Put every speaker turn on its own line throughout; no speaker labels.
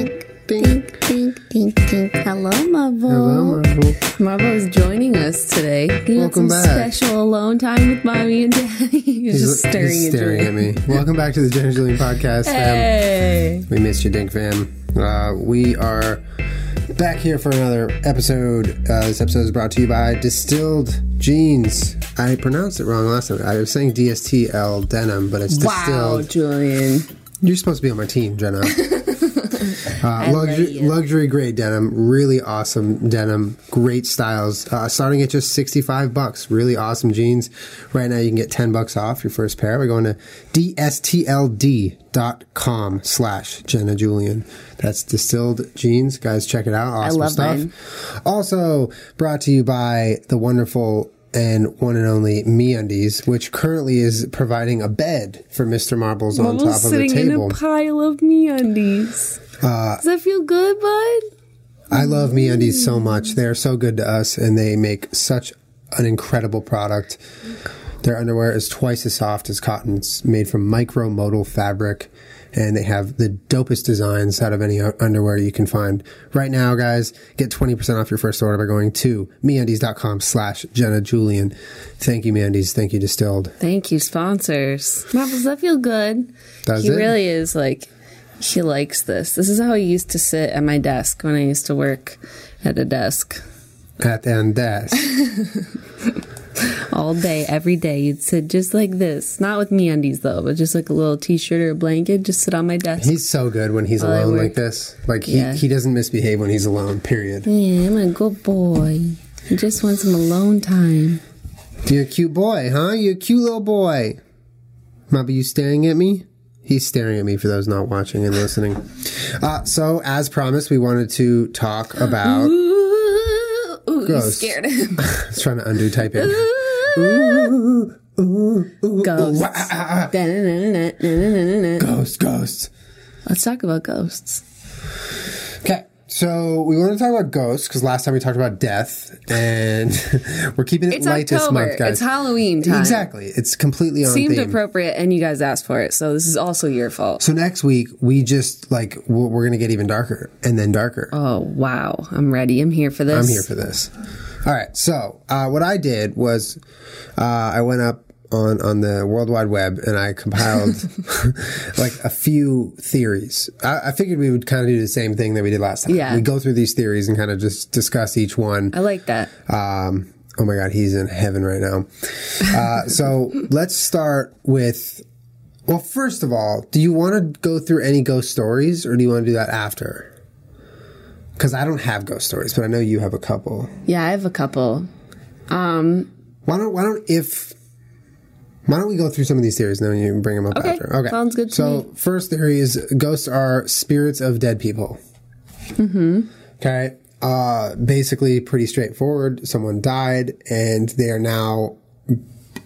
Ding.
Dink, dink, dink, dink. Hello, Mavo.
Hello, Marvel.
Mavo's joining us today. You had
Welcome
some
back.
special alone time with mommy and daddy. He's, just staring,
he's staring
at
at me. Welcome back to the Jen and Julian podcast,
you.
fam.
Hey.
We missed you, Dink fam. Uh, we are back here for another episode. Uh, this episode is brought to you by Distilled Jeans. I pronounced it wrong last time. I was saying DSTL denim, but it's
Wow,
distilled.
Julian.
You're supposed to be on my team, Jenna. Uh,
love
luxury,
you.
luxury grade denim, really awesome denim, great styles. Uh, starting at just sixty five bucks, really awesome jeans. Right now you can get ten bucks off your first pair by going to dstld.com slash Jenna Julian. That's distilled jeans, guys. Check it out, awesome
love
stuff.
mine.
Also brought to you by the wonderful. And one and only MeUndies, which currently is providing a bed for Mr. Marbles on
Mavo's
top of the
sitting in
table. Uh,
a pile of me undies. Does that feel good, bud?
I love MeUndies so much. They are so good to us, and they make such an incredible product. Their underwear is twice as soft as cotton. It's made from micromodal fabric, and they have the dopest designs out of any o- underwear you can find. Right now, guys, get 20% off your first order by going to MeUndies.com slash Jenna Julian. Thank you, MeUndies. Thank you, Distilled.
Thank you, sponsors. Mavo, does that feel good?
Does
he
it?
really is like he likes this. This is how I used to sit at my desk when I used to work at a desk.
At the end, that's
all day, every day. You'd sit just like this, not with me undies though, but just like a little t-shirt or a blanket. Just sit on my desk.
He's so good when he's
I
alone
work-
like this. Like, he,
Yeah.
he doesn't misbehave when he's alone, period.
yeah, I'm a good boy. He just wants some alone time.
You're a cute boy, huh? You're a cute little boy. Mama, you staring at me? He's staring at me for those not watching and listening. Uh, so, as promised, we wanted to talk about.
Mm-hmm.
I
Ooh, ooh you
Gross.
scared him.
was trying to undo typing.
Mm-hmm. Ghosts. Da-na-na-na-na-na-na-na.
Ghosts, ghosts.
Let's talk about ghosts.
Okay. So, we want to talk about ghosts because last time we talked about death, and we're keeping it
It's
light
October.
this month, guys.
It's Halloween time.
Exactly. It's completely on
Seemed
theme.
appropriate, and you guys asked for it, so this is also your fault.
so, next week, we just like, we're, we're going to get even darker and then darker.
Oh wow, I'm ready. I'm here for this.
I'm here for this. All right. So uh, what I did was uh, I went up on on the World Wide Web and I compiled like a few theories. I, I figured we would kind of do the same thing that we did last time.
Yeah.
We go through these theories and kind of just discuss each one.
I like that.
Um, oh my God, he's in heaven right now. Uh, so let's start with. Well, first of all, do you want to go through any ghost stories or do you want to do that after? Because I don't have ghost stories, but I know you have a couple.
Yeah, I have a couple. Um,
Why don't Why don't if Why don't we go through some of these theories and then you can bring them up
Okay,
after? Okay,
sounds good to
So
me.
first theory is ghosts are spirits of dead people.
Mm-hmm.
Okay. Uh, basically, pretty straightforward. Someone died, and they are now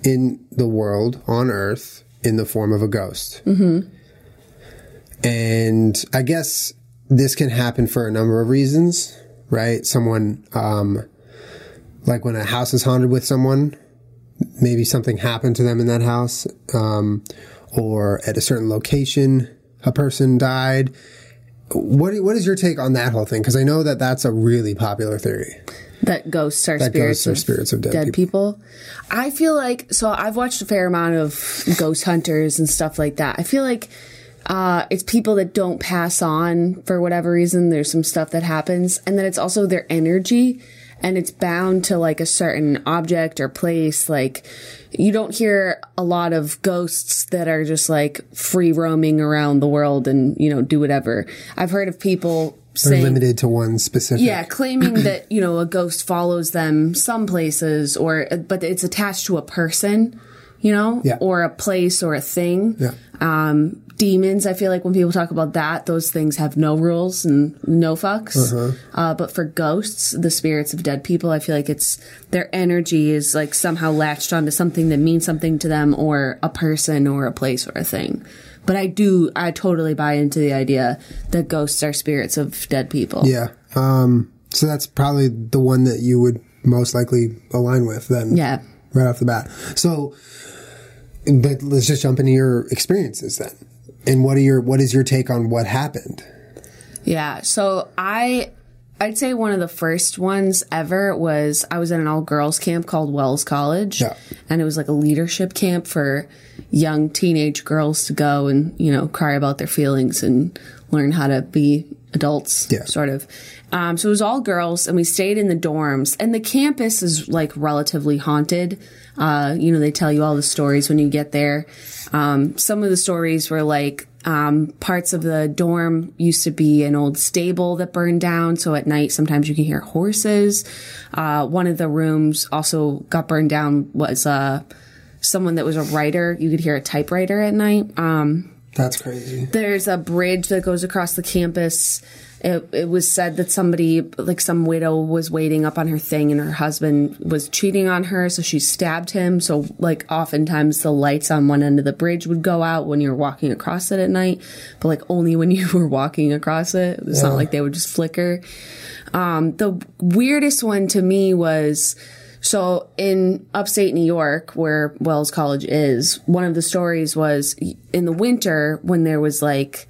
in the world on Earth in the form of a ghost. Mm-hmm. And I guess this can happen for a number of reasons, right? Someone, um, like when a house is haunted with someone, maybe something happened to them in that house, um, or at a certain location, a person died. What what is your take on that whole thing? Because I know that that's a really popular theory.
that ghosts are
That
spirits
ghosts are
of
spirits of dead,
dead
people.
people. I feel like so I've watched a fair amount of ghost hunters and stuff like that. I feel like uh, it's people that don't pass on for whatever reason. There's some stuff that happens, and then it's also their energy, and it's bound to like a certain object or place. Like you don't hear a lot of ghosts that are just like free roaming around the world and you know do whatever. I've heard of people.
They're
Saying,
limited to one specific.
yeah, claiming that you know a ghost follows them some places, or but it's attached to a person, you know,
Yeah.
or a place or a thing.
Yeah.
Um, demons. I feel like when people talk about that, those things have no rules and no fucks.
Uh-huh.
uh but for ghosts, the spirits of dead people, I feel like it's their energy is like somehow latched onto something that means something to them, or a person, or a place, or a thing. But I do, I totally buy into the idea that ghosts are spirits of dead people.
Yeah. Um, so that's probably the one that you would most likely align with then.
Yeah.
Right off the bat. So, but let's just jump into your experiences then. And what are your what is your take on what happened?
Yeah. So I, I'd say one of the first ones ever was I was at an all girls camp called Wells College,
Yeah.
and it was like a leadership camp for young teenage girls to go and you know cry about their feelings and learn how to be adults,
Yeah.
sort of. Um, so it was all girls, and we stayed in the dorms, and the campus is like relatively haunted. Uh, you know, they tell you all the stories when you get there. Um, some of the stories were like um, parts of the dorm used to be an old stable that burned down. So at night, sometimes you can hear horses. Uh, one of the rooms also got burned down was uh, someone that was a writer. You could hear a typewriter at night. Um,
That's crazy.
there's a bridge that goes across the campus. It, it was said that somebody, like some widow, was waiting up on her thing, and her husband was cheating on her, so she stabbed him. So, like, oftentimes the lights on one end of the bridge would go out when you're walking across it at night, but like only when you were walking across it. It's not like they would just flicker. Um, the weirdest one to me was so in upstate New York, where Wells College is, one of the stories was in the winter when there was like,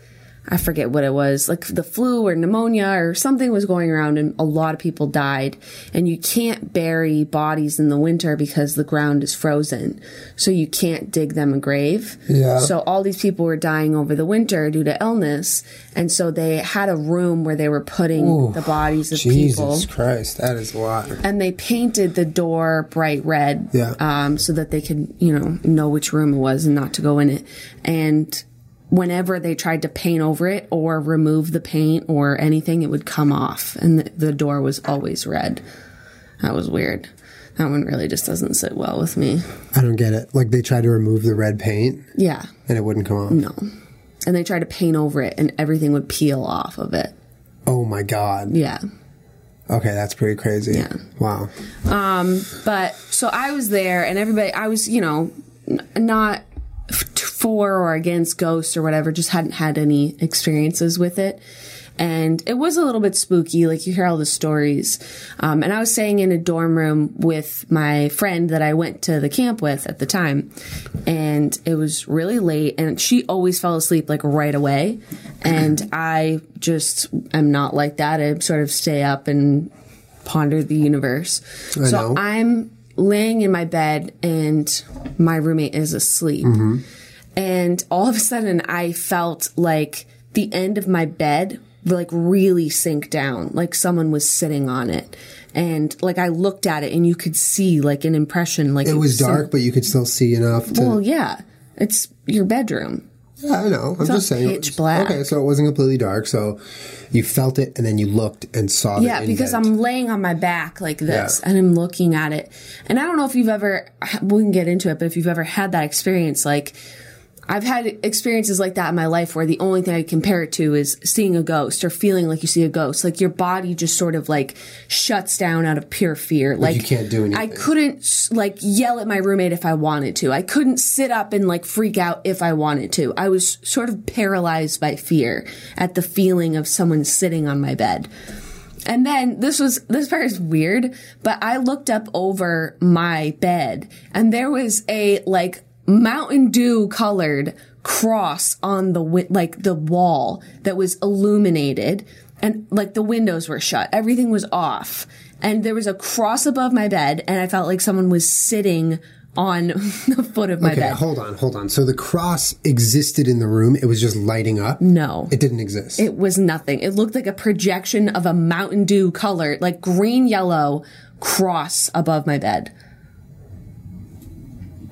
I forget what it was, like the flu or pneumonia or something was going around and a lot of people died. And you can't bury bodies in the winter because the ground is frozen. So you can't dig them a grave.
Yeah.
So all these people were dying over the winter due to illness. And so they had a room where they were putting the bodies of people
Jesus Christ, that is a lot.
and they painted the door bright red
Yeah.
um, so that they could you know know which room it was and not to go in it and whenever they tried to paint over it or remove the paint or anything it would come off and the, the door was always red that was weird that one really just doesn't sit well with me
I don't get it. Like they tried to remove the red paint
yeah
and it wouldn't come off.
no and they tried to paint over it and everything would peel off of it
Oh my god.
yeah
Okay, that's pretty crazy.
Yeah.
Wow.
Um, But so I was there, and everybody, I was, you know, n- not f- for or against ghosts or whatever, just hadn't had any experiences with it. And it was a little bit spooky, like you hear all the stories. Um, and I was staying in a dorm room with my friend that I went to the camp with at the time. And it was really late, and she always fell asleep like right away. And I just am not like that. I sort of stay up and ponder the universe. so
know.
I'm laying in my bed and my roommate is asleep. And all of a sudden I felt like the end of my bed like really sink down, like someone was sitting on it. And like I looked at it and you could see like an impression like
It was dark, but you could still see enough to.
Well, yeah. It's your bedroom.
yeah, I know. I'm just
not
saying.
pitch black.
Okay, so it wasn't completely dark. So you felt it, and then you looked and saw. the
Yeah, because
indent.
I'm laying on my back like this
Yeah.
and I'm looking at it. And I don't know if you've ever, we can get into it, but if you've ever had that experience, like I've had experiences like that in my life where the only thing I compare it to is seeing a ghost or feeling like you see a ghost. Like your body just sort of like shuts down out of pure fear. Like
you can't do
I
anything.
couldn't like yell at my roommate if I wanted to. I couldn't sit up and like freak out if I wanted to. I was sort of paralyzed by fear at the feeling of someone sitting on my bed. And then this was this part is weird, but I looked up over my bed and there was a like Mountain Dew colored cross on the wi- like the wall that was illuminated and like the windows were shut. Everything was off. And there was a cross above my bed and I felt like someone was sitting on the foot of my
Okay,
bed.
hold on, hold on. So the cross existed in the room. It was just lighting up.
no.
It didn't exist.
Mm. It was nothing. It looked like a projection of a Mountain Dew color, like green yellow cross above my bed.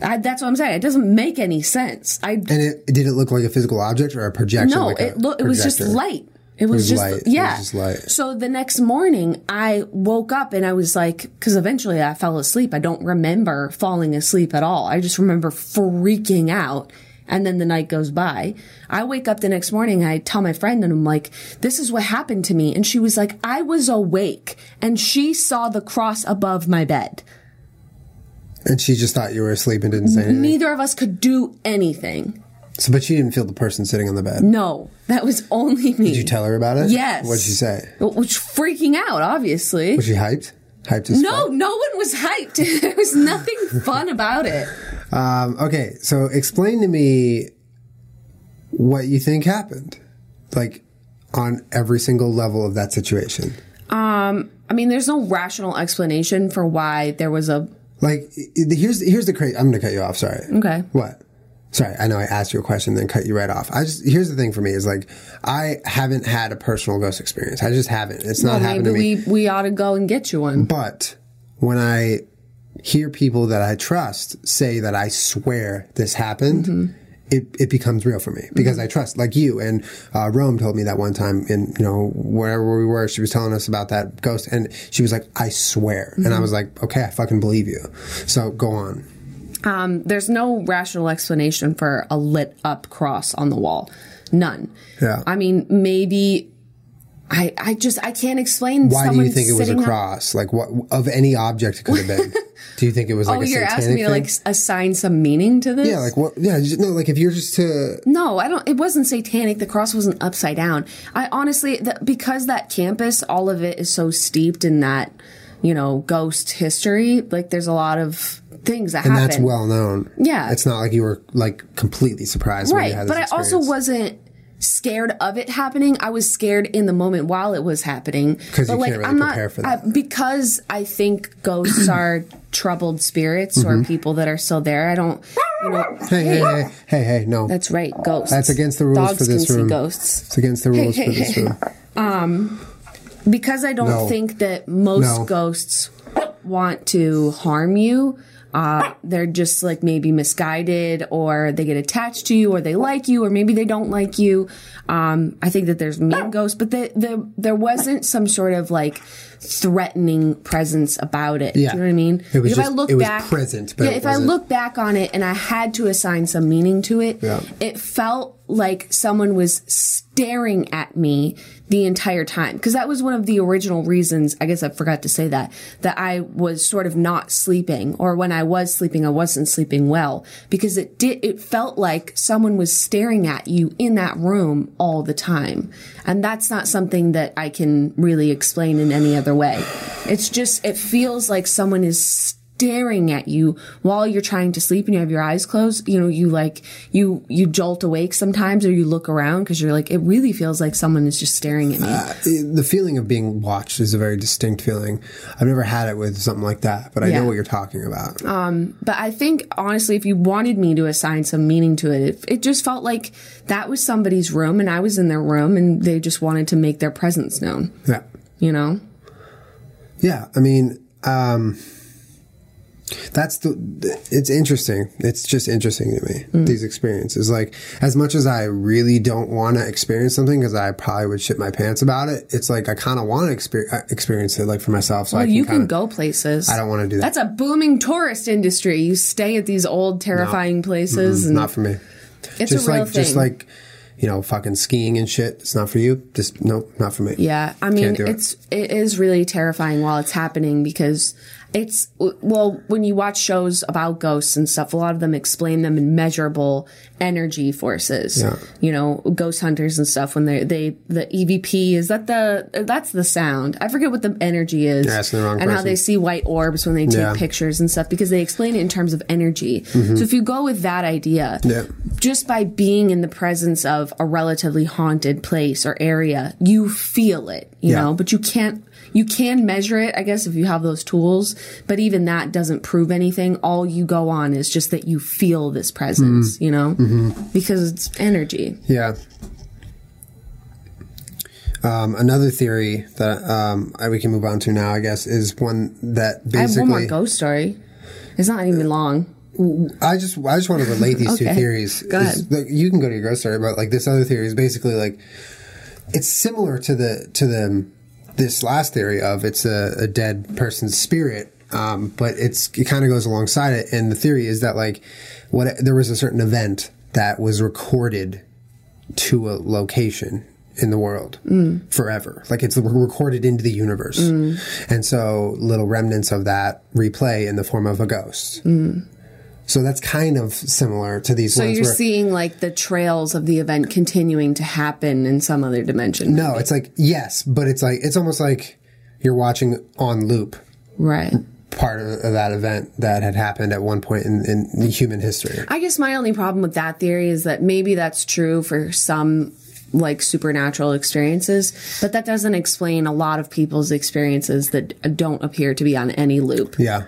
I, that's what I'm saying. It doesn't make any sense. I
and it did it look like a physical object or a projection?
no.
like a
it looked. It was just
projector?
light. It was,
was
just
light. It was
yeah.
just light.
So the next morning, I woke up and I was like, because eventually I fell asleep. I don't remember falling asleep at all. I just remember freaking out. And then the night goes by. I wake up the next morning. I tell my friend and I'm like, this is what happened to me. And she was like, I was awake and she saw the cross above my bed.
And she just thought you were asleep and didn't say anything.
Neither of us could do anything.
So, but she didn't feel the person sitting on the bed.
No, that was only me.
Did you tell her about it?
Yes.
What'd she say?
Which freaking out, obviously.
Was she hyped? Hyped as
No, no one was hyped. there was nothing fun about it.
fuck? Um, okay, so explain to me what you think happened. Like, on every single level of that situation.
Um, I mean, there's no rational explanation for why there was a.
Like i- i- here's here's the crazy. I'm going to cut you off. Sorry.
Okay.
What? Sorry, I know I asked you a question, then cut you right off. I just here's the thing for me is like I haven't had a personal ghost experience. I just haven't. It's not happened
Maybe
to me.
we, we ought to go and get you one.
But when I hear people that I trust say that I swear this happened,
Mm-hmm.
it, it becomes real for me because I trust, like you and uh, Rome told me that one time in, you know, wherever we were, she was telling us about that ghost and she was like, I swear. And
Mm-hmm.
I was like, okay, I fucking believe you. So go on. Mm-hmm.
Um, there's no rational explanation for a lit up cross on the wall. None.
Yeah.
I mean, maybe. I, I just I can't explain
Why do
someone
you think it was a
sitting on-
cross? Like what of any object it could have been? do you think it was like
Oh,
a
you're
satanic
asking me to
thing?
like s- assign some meaning to this?
yeah, like what? Yeah, just, no, like if you're just to
No, I don't. It wasn't satanic. The cross wasn't upside down. I honestly, the, because that campus, all of it is so steeped in that, you know, ghost history. Like, there's a lot of things that happen.
That's well known.
Yeah.
It's not like you were like completely surprised when you
right.
had this
But I
experience.
also wasn't scared of it happening. I was scared in the moment while it was happening.
'Cause
But,
you can't really prepare for that.
I, because I think ghosts are troubled spirits
Mm-hmm.
or people that are still there. I don't. You know,
Hey, hey, hey, hey, hey, no.
that's right. Ghosts.
That's against the rules
Dogs
for this
can
room.
See ghosts.
it's against the rules for this room.
because I don't
No.
think that most
No.
ghosts want to harm you. Uh, they're just like maybe misguided, or they get attached to you, or they like you, or maybe they don't like you. Um, I think that there's mean ghosts, but the, the, there wasn't some sort of like threatening presence about it.
Yeah.
Do you know what I mean?
It was
if I
just-
look
it was
back,
present, but
yeah,
it
if I
wasn't-
look back on it and I had to assign some meaning to it,
Yeah.
it felt like someone was staring at me the entire time. Because that was one of the original reasons, I guess I forgot to say that, that I was sort of not sleeping, or when I was sleeping, I wasn't sleeping well. Because it did, it felt like someone was staring at you in that room all the time. And that's not something that I can really explain in any other way. It's just, it feels like someone is staring at you while you're trying to sleep and you have your eyes closed you know you like you you jolt awake sometimes or you look around because you're like it really feels like someone is just staring at me
It- Uh, The feeling of being watched is a very distinct feeling. I've never had it with something like that, but I
Yeah. Oh.
know what you're talking about.
but i think honestly if you wanted me to assign some meaning to it, it it just felt like that was somebody's room and i was in their room and they just wanted to make their presence known
yeah.
you know
Yeah. I mean, um, that's the, it's interesting. It's just interesting to me,
Mm.
these experiences. Like, as much as I really don't want to experience something because I probably would shit my pants about it, it's like I kind of want to exper- uh, experience it, like for myself. So I
Well,
can
you can
kinda-
go places
I don't want to do that.
that's a booming tourist industry you stay at these old terrifying places and
not for me.
it's
just
a real
like
thing
just like you know, fucking skiing and shit. It's not for you. Just nope, not for me.
Yeah, I mean,
do it.
it's it is really terrifying while it's happening because it's well, when you watch shows about ghosts and stuff, a lot of them explain them in measurable energy forces.
Yeah.
You know, ghost hunters and stuff. When they they the EVP is that the that's the sound. I forget what the energy is.
You're asking the wrong
and how
person.
they see white orbs when they take
Yeah. Mm-hmm.
pictures and stuff because they explain it in terms of energy. So if you go with that idea,
Yeah.
just by being in the presence of a relatively haunted place or area, you feel it, you
Yeah.
know, but you can't you can measure it, I guess, if you have those tools, but even that doesn't prove anything. All you go on is just that you feel this presence,
Mm-hmm.
you know? Because it's energy.
Yeah. Um, another theory that um, I- we can move on to now, I guess, is one that
I have one more
basically
ghost story. It's not even long.
I just I just want to relate these two
Okay.
theories.
Go ahead.
It's- like, you can go to your ghost story, but like this other theory is basically like it's similar to the to the this last theory of it's a, a dead person's spirit, um, but it's it kind of goes alongside it. And the theory is that like what there was a certain event that was recorded to a location in the world forever. Like it's recorded into the universe. And so little remnants of that replay in the form of a ghost. So that's kind of similar to these
So
ones
you're
where
seeing like the trails of the event continuing to happen in some other dimension.
no, it's like yes, but it's like it's almost like you're watching on loop
Right.
part of, of that event that had happened at one point in, in human history.
I guess my only problem with that theory is that maybe that's true for some like supernatural experiences, but that doesn't explain a lot of people's experiences that don't appear to be on any loop.
Yeah.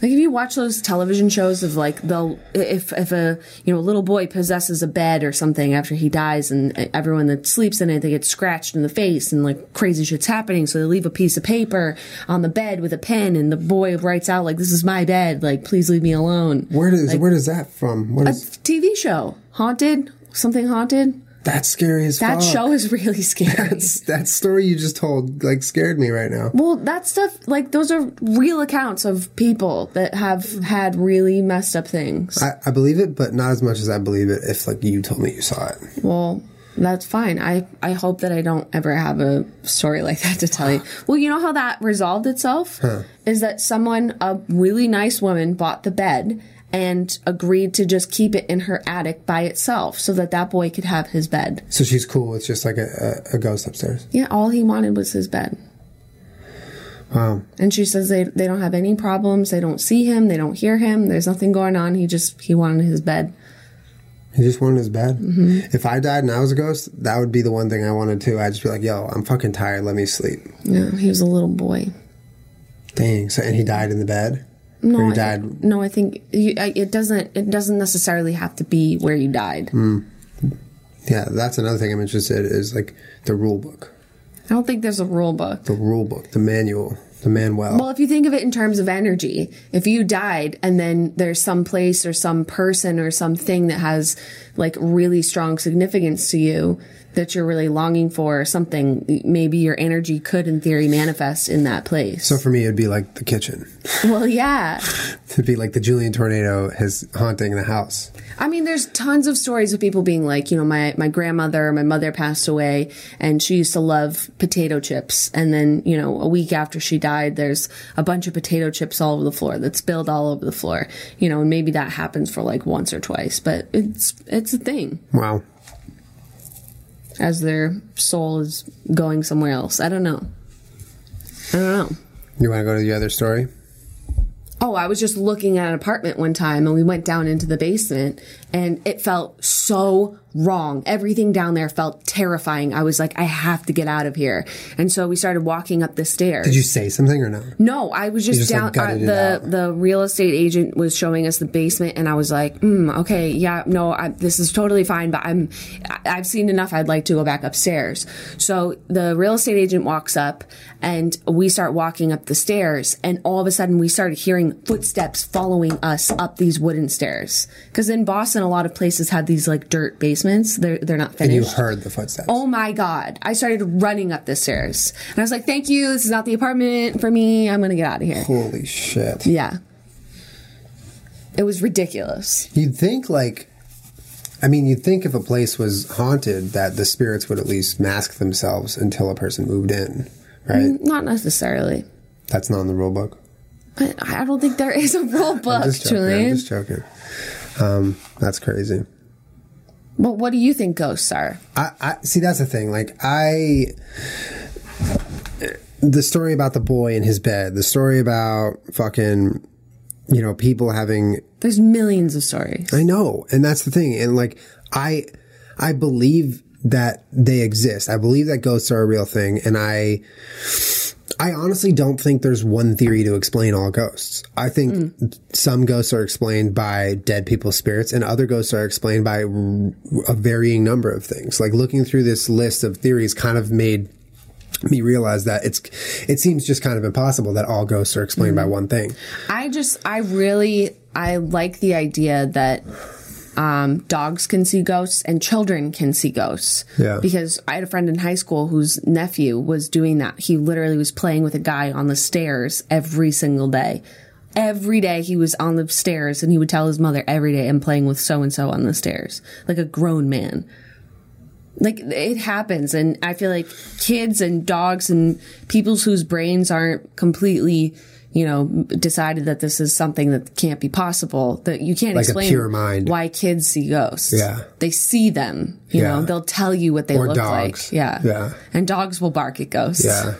Like if you watch those television shows of like the if if a you know a little boy possesses a bed or something after he dies and everyone that sleeps in it they get scratched in the face and like crazy shit's happening so they leave a piece of paper on the bed with a pen and the boy writes out like this is my bed like please leave me alone.
Where does where does that from? What is
TV show haunted something haunted
that's scary as
that
fuck.
show is really scary.
That's- that story you just told like scared me right now.
Well, that stuff, like, those are real accounts of people that have had really messed up things.
I, I believe it, but not as much as I believe it if like you told me you saw it.
Well, that's fine. I, I hope that I don't ever have a story like that to tell you. Well, you know how that resolved itself? Is that someone, a really nice woman, bought the bed and agreed to just keep it in her attic by itself so that that boy could have his bed.
So she's cool. It's just like a, a, a ghost upstairs.
Yeah, all he wanted was his bed.
Wow.
And she says they, they don't have any problems. They don't see him. They don't hear him. There's nothing going on. He just, he wanted his bed.
He just wanted his bed.
Mm-hmm.
If I died and I was a ghost, that would be the one thing I wanted too. I'd just be like, yo, I'm fucking tired. Let me sleep.
No, he was a little boy.
Dang. So, and he died in the bed?
No,
Or he
I-
died.
no, I think you, I, it doesn't. It doesn't necessarily have to be where you died.
Yeah, that's another thing I'm interested in is like the rule book.
I don't think there's a rule book.
The rule book, the manual, the manual.
Well, if you think of it in terms of energy, if you died and then there's some place or some person or something that has like really strong significance to you that you're really longing for or something, maybe your energy could in theory manifest in that place.
so for me, it'd be like the kitchen.
well, yeah.
It'd be like the Julian tornado is haunting the house.
I mean, there's tons of stories of people being like, you know, my, my grandmother, my mother passed away and she used to love potato chips. And then, you know, a week after she died, there's a bunch of potato chips all over the floor that's spilled all over the floor, you know, and maybe that happens for like once or twice, but it's, it's a thing
Wow.
as their soul is going somewhere else. I don't know. I don't know.
You want to go to the other story?
Oh, I was just looking at an apartment one time and we went down into the basement and it felt so wrong. Everything down there felt terrifying. I was like, I have to get out of here. And so we started walking up the stairs.
Did you say something or no?
No, I was just,
just,
down.
like, gutted
uh,
it
the
out.
the real estate agent was showing us the basement, and I was like, mm, "Okay, yeah, no, I, this is totally fine, but I'm I- I've seen enough. I'd like to go back upstairs." So the real estate agent walks up, and we start walking up the stairs, and all of a sudden we started hearing footsteps following us up these wooden stairs. Because in Boston, a lot of places have these like dirt basements. They're they're not finished.
And you heard the footsteps.
Oh my God. I started running up the stairs. And I was like, thank you. This is not the apartment for me. I'm going to get out of here.
Holy shit.
Yeah. It was ridiculous.
You'd think like I mean, you'd think if a place was haunted that the spirits would at least mask themselves until a person moved in, right?
Not necessarily.
That's not in the rule book.
But I don't think there is a rule book,
Just joking. I'm
Julian.
just joking. Um, that's crazy.
But what do you think ghosts are?
I, I see. That's the thing. Like I, the story about the boy in his bed. The story about fucking, you know, people having
There's millions of stories.
I know, and that's the thing. And like I I believe that they exist. I believe that ghosts are a real thing and I I honestly don't think there's one theory to explain all ghosts. I think some ghosts are explained by dead people's spirits and other ghosts are explained by r- a varying number of things. Like looking through this list of theories kind of made me realize that it's it seems just kind of impossible that all ghosts are explained by one thing.
I just, I really, I like the idea that um, dogs can see ghosts and children can see ghosts.
Yeah.
Because I had a friend in high school whose nephew was doing that. He literally was playing with a guy on the stairs every single day. Every day he was on the stairs and he would tell his mother every day, I'm playing with so and so on the stairs, like a grown man. Like it happens, and I feel like kids and dogs and people's whose brains aren't completely, you know, decided that this is something that can't be possible. That you can't
Like a
explain
pure mind.
why kids see ghosts.
Yeah.
They see them. You
Yeah.
know, they'll tell you what they
Or
look
dogs.
like. Yeah.
Yeah.
And dogs will bark at ghosts.
Yeah.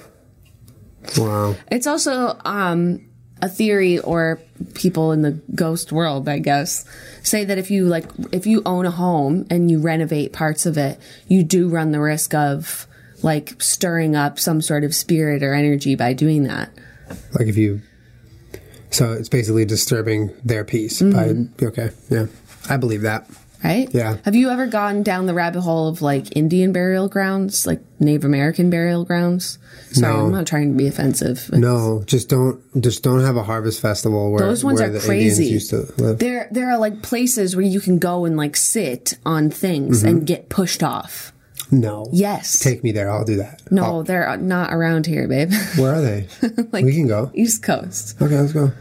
Wow.
It's also um, a theory or people in the ghost world, I guess, say that if you like if you own a home and you renovate parts of it, you do run the risk of like stirring up some sort of spirit or energy by doing that.
Like if you, so it's basically disturbing their peace.
Mm-hmm.
By okay, yeah, I believe that.
right?
Yeah.
Have you ever gone down the rabbit hole of like Indian burial grounds, like Native American burial grounds? Sorry,
No.
I'm not trying to be offensive.
No, just don't, just don't have a harvest festival where
Those ones
where
are
the
crazy.
Indians used to live.
There, there are like places where you can go and like sit on things
Mm-hmm.
and get pushed off.
No,
Yes.
take me there. I'll do that.
no, they're not around here, babe.
Where are they? we can go.
East Coast.
Okay, let's go.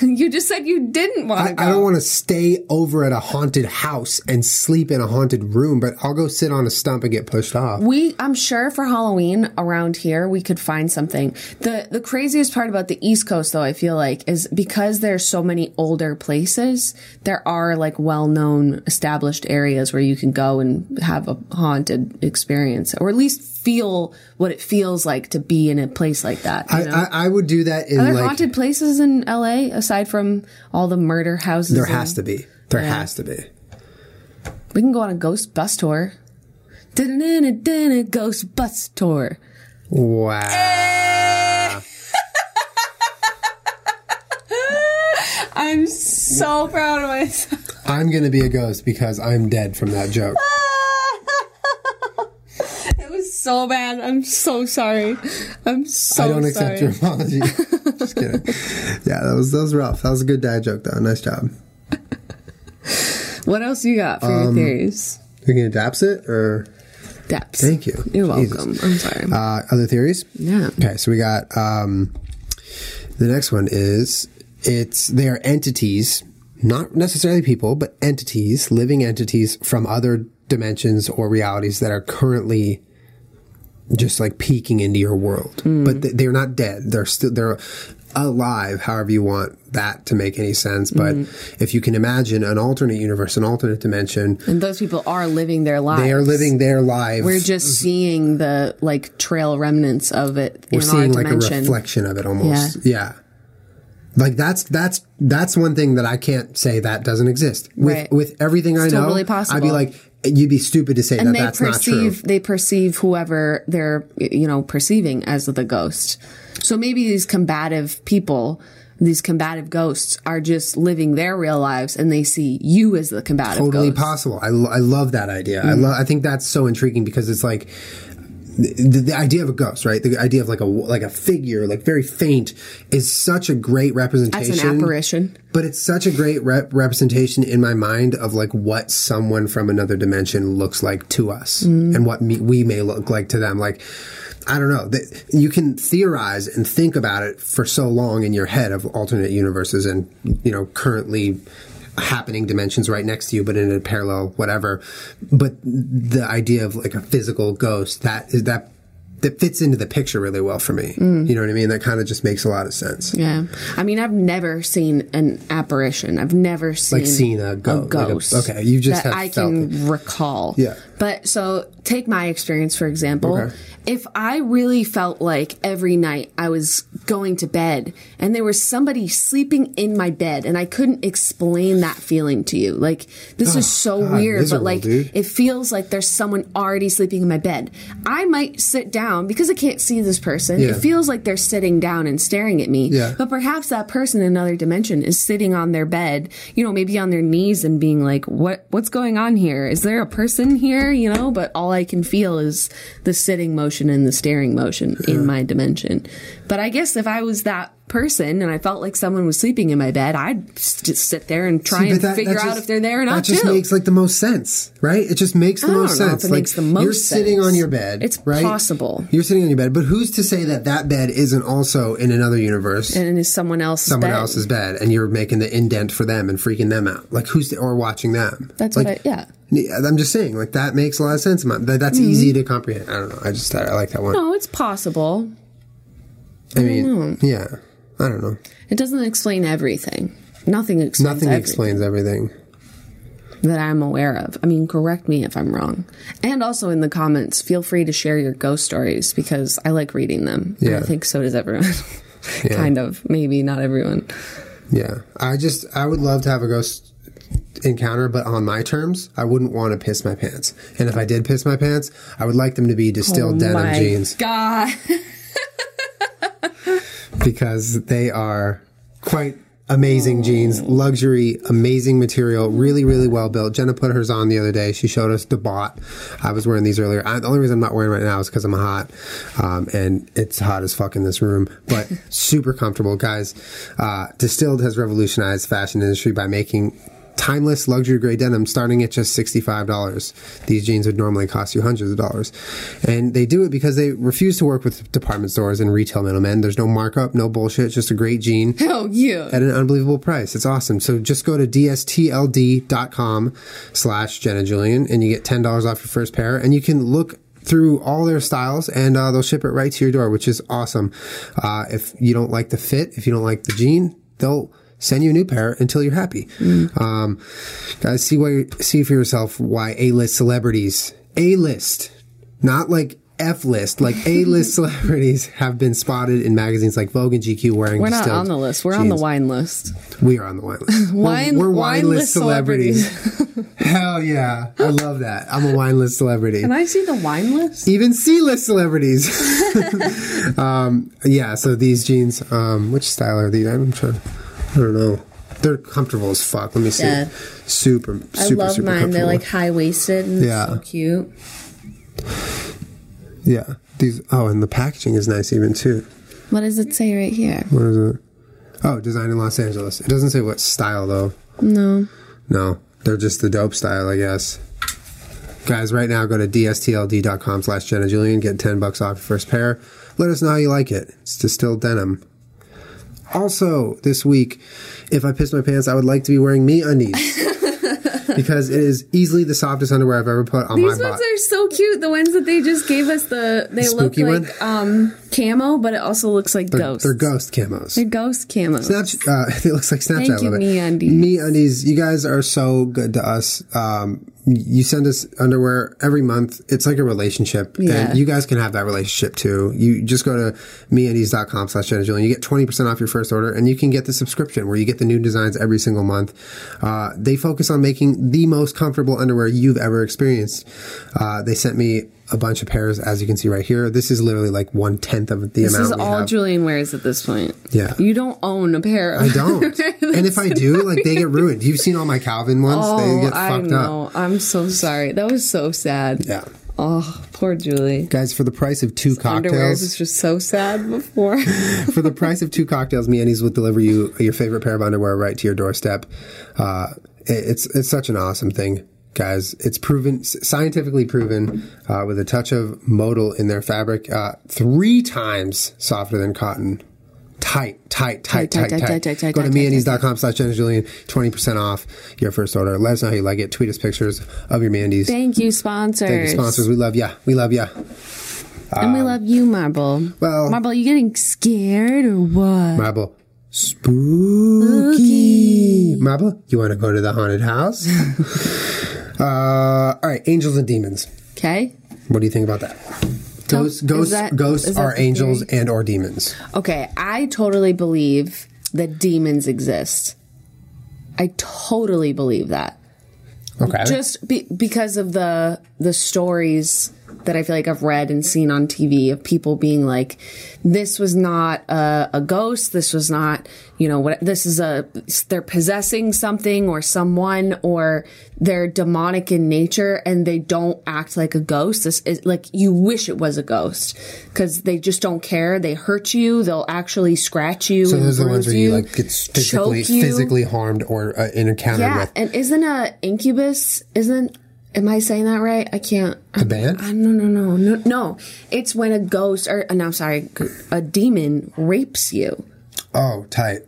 You just said you didn't want to go.
I don't want to stay over at a haunted house and sleep in a haunted room, but I'll go sit on a stump and get pushed off.
We, I'm sure for Halloween around here, we could find something. The the craziest part about the East Coast, though, I feel like, is because there's so many older places, there are like well known established areas where you can go and have a haunted experience, or at least feel what it feels like to be in a place like that. You
I,
know?
I, I would do that in
are there
like
haunted places in LA aside from all the murder houses?
there
and-
has to be. There has to be.
We can go on a ghost bus tour. Da-da-da-da-da, Ghost bus tour.
Wow.
I'm so proud of myself.
I'm gonna be a ghost because I'm dead from that joke.
It was so bad. I'm so sorry. I'm so
I don't
sorry.
accept your apology. Just kidding. Yeah, that was that was rough. That was a good dad joke though. Nice job.
What else you got for
Um,
your theories?
We can adapt it or
Depths.
thank you.
You're
Jesus.
welcome. I'm sorry.
Uh, other theories?
Yeah.
Okay, so we got um, the next one is it's they are entities, not necessarily people, but entities, living entities from other dimensions or realities that are currently just like peeking into your world,
Hmm.
but th- they're not dead. They're still they're alive. However you want that to make any sense, but
Hmm.
if you can imagine an alternate universe, an alternate dimension,
and those people are living their lives.
they are living their lives.
We're just seeing the like trail remnants of it
we're
in
seeing
our
like a
dimension.
reflection of it almost yeah. like that's that's that's one thing that i can't say that doesn't exist with
Right.
with everything i know
totally
i'd be
possible.
like you'd be stupid to say that
and they
that's
perceive
not true
they perceive whoever they're you know perceiving as the ghost. So maybe these combative people, these combative ghosts, are just living their real lives, and they see you as the combative
totally
ghost.
possible I, lo- I love that idea
Mm.
i love i think that's so intriguing because it's like the, the idea of a ghost, right? The idea of like a like a figure, like very faint, is such a great representation.
That's an apparition.
But it's such a great rep- representation in my mind of like what someone from another dimension looks like to us and what me- we may look like to them. Like, I don't know. That you can theorize and think about it for so long in your head of alternate universes and, you know, currently happening dimensions right next to you, but in a parallel whatever. But the idea of like a physical ghost that is that. That fits into the picture really well for me. You know what I mean? That kind of just makes a lot of sense.
Yeah, I mean, I've never seen an apparition. I've never seen
Like seeing a go- like a-
ghost.
okay, you just
that
have
I
felt
can recall.
Yeah.
but so take my experience for example.
Okay.
If I really felt like every night I was going to bed and there was somebody sleeping in my bed and I couldn't explain that feeling to you, like this is so
Ah, God,
weird, but
miserable,
like
dude.
it feels like there's someone already sleeping in my bed. I might sit down because I can't see this person.
Yeah.
It feels like they're sitting down and staring at me.
Yeah.
But perhaps that person in another dimension is sitting on their bed, you know, maybe on their knees and being like, "What what's going on here? Is there a person here?" You know, but all I can feel is the sitting motion and the staring motion in my dimension. But I guess if I was that person and I felt like someone was sleeping in my bed, I'd s- just sit there and try
See,
and
but that-
figure
that
out
just-
if they're there or
That
not
just
too.
makes like the most sense, right? It just makes the
I don't
most
know if
sense.
it
like
makes the most
you're sitting
sense.
on your bed.
It's
right?
possible.
You're sitting on your bed, but who's to say that that bed isn't also in another universe,
and is someone else's
someone
bed.
else's bed, and you're making the indent for them and freaking them out? Like who's or watching them?
That's
like,
what I, yeah. Mm-hmm.
I, am just saying, like that makes a lot of sense. That, that's easy to comprehend. I don't know. I just I like that one.
No, it's possible.
I mean, yeah. I don't know.
It doesn't explain everything. Nothing explains
Nothing
everything
explains everything.
that I'm aware of. I mean, correct me if I'm wrong. And also in the comments, feel free to share your ghost stories because I like reading them. And
Yeah.
I think so does everyone. kind of, maybe not everyone.
Yeah. I just, I would love to have a ghost encounter, but on my terms. I wouldn't want to piss my pants. And if I did piss my pants, I would like them to be distilled denim
Oh My
jeans
God.
because they are quite amazing jeans, luxury, amazing material, really, really well built. Jenna put hers on the other day. She showed us the bot. I was wearing these earlier. I, the only reason I'm not wearing right now is because I'm hot, um, and it's hot as fuck in this room, but super comfortable, guys. Uh, Distilled has revolutionized fashion industry by making timeless luxury gray denim starting at just $65. These jeans would normally cost you hundreds of dollars. And they do it because they refuse to work with department stores and retail middlemen. There's no markup, no bullshit, it's just a great jean
Oh, you.
at an unbelievable price. It's awesome. So just go to dstld.com slash Jenna Julian and you get $10 off your first pair and you can look through all their styles and uh, they'll ship it right to your door, which is awesome. Uh, if you don't like the fit, if you don't like the jean, they'll send you a new pair until you're happy.
Mm.
Um, guys, see why, see for yourself why A-list celebrities, A-list, not like F list, like A list celebrities have been spotted in magazines like Vogue and GQ wearing.
We're not
distilled
on the list. We're on the
jeans.
wine list.
We are on the wine list.
Wine-
we're, we're
wine
wineless
list
celebrities. Hell yeah. I love that. I'm a wineless celebrity.
Can I see the wine list?
Even C list celebrities. um, yeah, so these jeans, um, which style are these? I'm trying, I don't know. They're comfortable as fuck. Let me see.
Yeah.
Super, super,
I love
super
mine. They're
comfortable.
like high waisted and
Yeah.
so cute.
yeah. These, oh, and the packaging is nice even too.
What does it say right here?
What is it? Oh, designed in Los Angeles. It doesn't say what style though.
No.
No, they're just the dope style, I guess. Guys, right now go to dstld.com slash Jenna Julian, get 10 bucks off your first pair. Let us know how you like it. It's distilled denim. Also, this week, if I piss my pants, I would like to be wearing me undies. because it is easily the softest underwear I've ever put on
These
my
ones
body.
are so cute. The ones that they just gave us the they
spooky
look
one?
like um camo, but it also looks like ghosts.
They're ghost camos.
They're ghost camos.
Snapchat. Uh, it looks like Snapchat.
Thank
I
you,
love it.
MeUndies.
MeUndies, You guys are so good to us. Um, you send us underwear every month. It's like a relationship.
Yeah.
And you guys can have that relationship too. You just go to meundies.com slash Jenna Julian. You get 20% off your first order and you can get the subscription where you get the new designs every single month. Uh, they focus on making the most comfortable underwear you've ever experienced. Uh, they sent me a bunch of pairs, as you can see right here. This is literally like one tenth of the
this
amount
is
we
all
have.
Julian wears at this point.
Yeah.
You don't own a pair of
I don't. and if I do, like they get ruined. You've seen all my Calvin ones; they
Oh,
get
I
fucked up.
know. I'm so sorry. That was so sad.
Yeah,
Oh, poor Julie.
guys, for the price of two
Underwear
cocktails,
was just so sad before.
for the price of two cocktails, Meandy's will deliver you your favorite pair of underwear right to your doorstep. Uh, it- it's it's such an awesome thing. Guys, it's proven, scientifically proven, uh, with a touch of modal in their fabric, uh, three times softer than cotton. Tight, tight, tight, tight, tight.
tight, tight, tight,
Go to
tight, tight,
meandies.com. com slash Jenna Julian, 20% off your first order. Let us know how you like it. Tweet us pictures of your Mandy's.
Thank you, sponsors.
Thank you, sponsors. We love ya. We love ya.
And we love you, Marble.
well-
Marble, you getting scared or what?
Marble. Spooky. Marble, you want to go to the haunted house? uh, all right, angels and demons.
Okay.
What do you think about that? Ghosts,
is
ghosts,
that-
ghosts
is that
are
the
angels and or demons.
Okay, I totally believe that demons exist. I totally believe that.
Okay.
Just be- because of the the stories that I feel like I've read and seen on TV of people being like, "This was not a, a ghost. This was not, you know, what. This is a they're possessing something or someone, or they're demonic in nature, and they don't act like a ghost. This is like you wish it was a ghost because they just don't care. They hurt you. They'll actually scratch you.
so
and
those are the
bruise
ones where you, like get physically
choke you.
physically harmed or uh, encountered
Yeah,
with
and isn't a incubus? Isn't am I saying that right? I can't.
the band.
I, no, no, no, no, no. It's when a ghost or uh, no, I'm sorry, a demon rapes you.
oh, tight.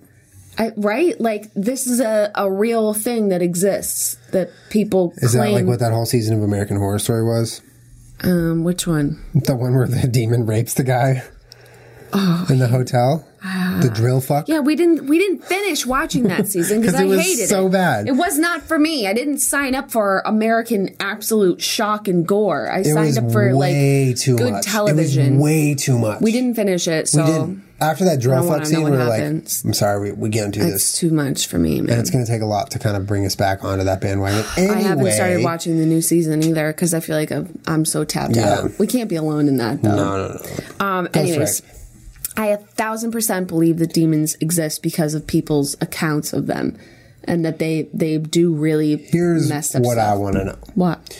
I, right? Like this is a, a real thing that exists that people
Is that like
claim.
what that whole season of American Horror Story was?
um, which one?
The one where the demon rapes the guy.
Oh,
in the hotel.
uh,
the drill fuck.
Yeah, we didn't we didn't finish watching that season because
'Cause it
I
was
hated
so
it.
bad.
It was not for me. I didn't sign up for American absolute shock and gore.
It
I
was
signed up for
way
like
too
good
much. It
television.
was way too much.
we didn't finish it, so
We didn't. After that drill
don't wanna
fuck
know
scene, we
what
were
happened.
like, "I'm sorry, we we can't do
it's
this."
too much for me, man.
It's going to take a lot to kind of bring us back onto that bandwagon.
I haven't started
Anyway-
watching the new season either because I feel like I'm, I'm so tapped
Yeah.
out. We can't be alone in that though.
No, no, no.
Um,
That's
anyways,
right.
I a thousand percent believe that demons exist because of people's accounts of them, and that they they do really
Here's
messed up
what I
stuff.
want to know.
What?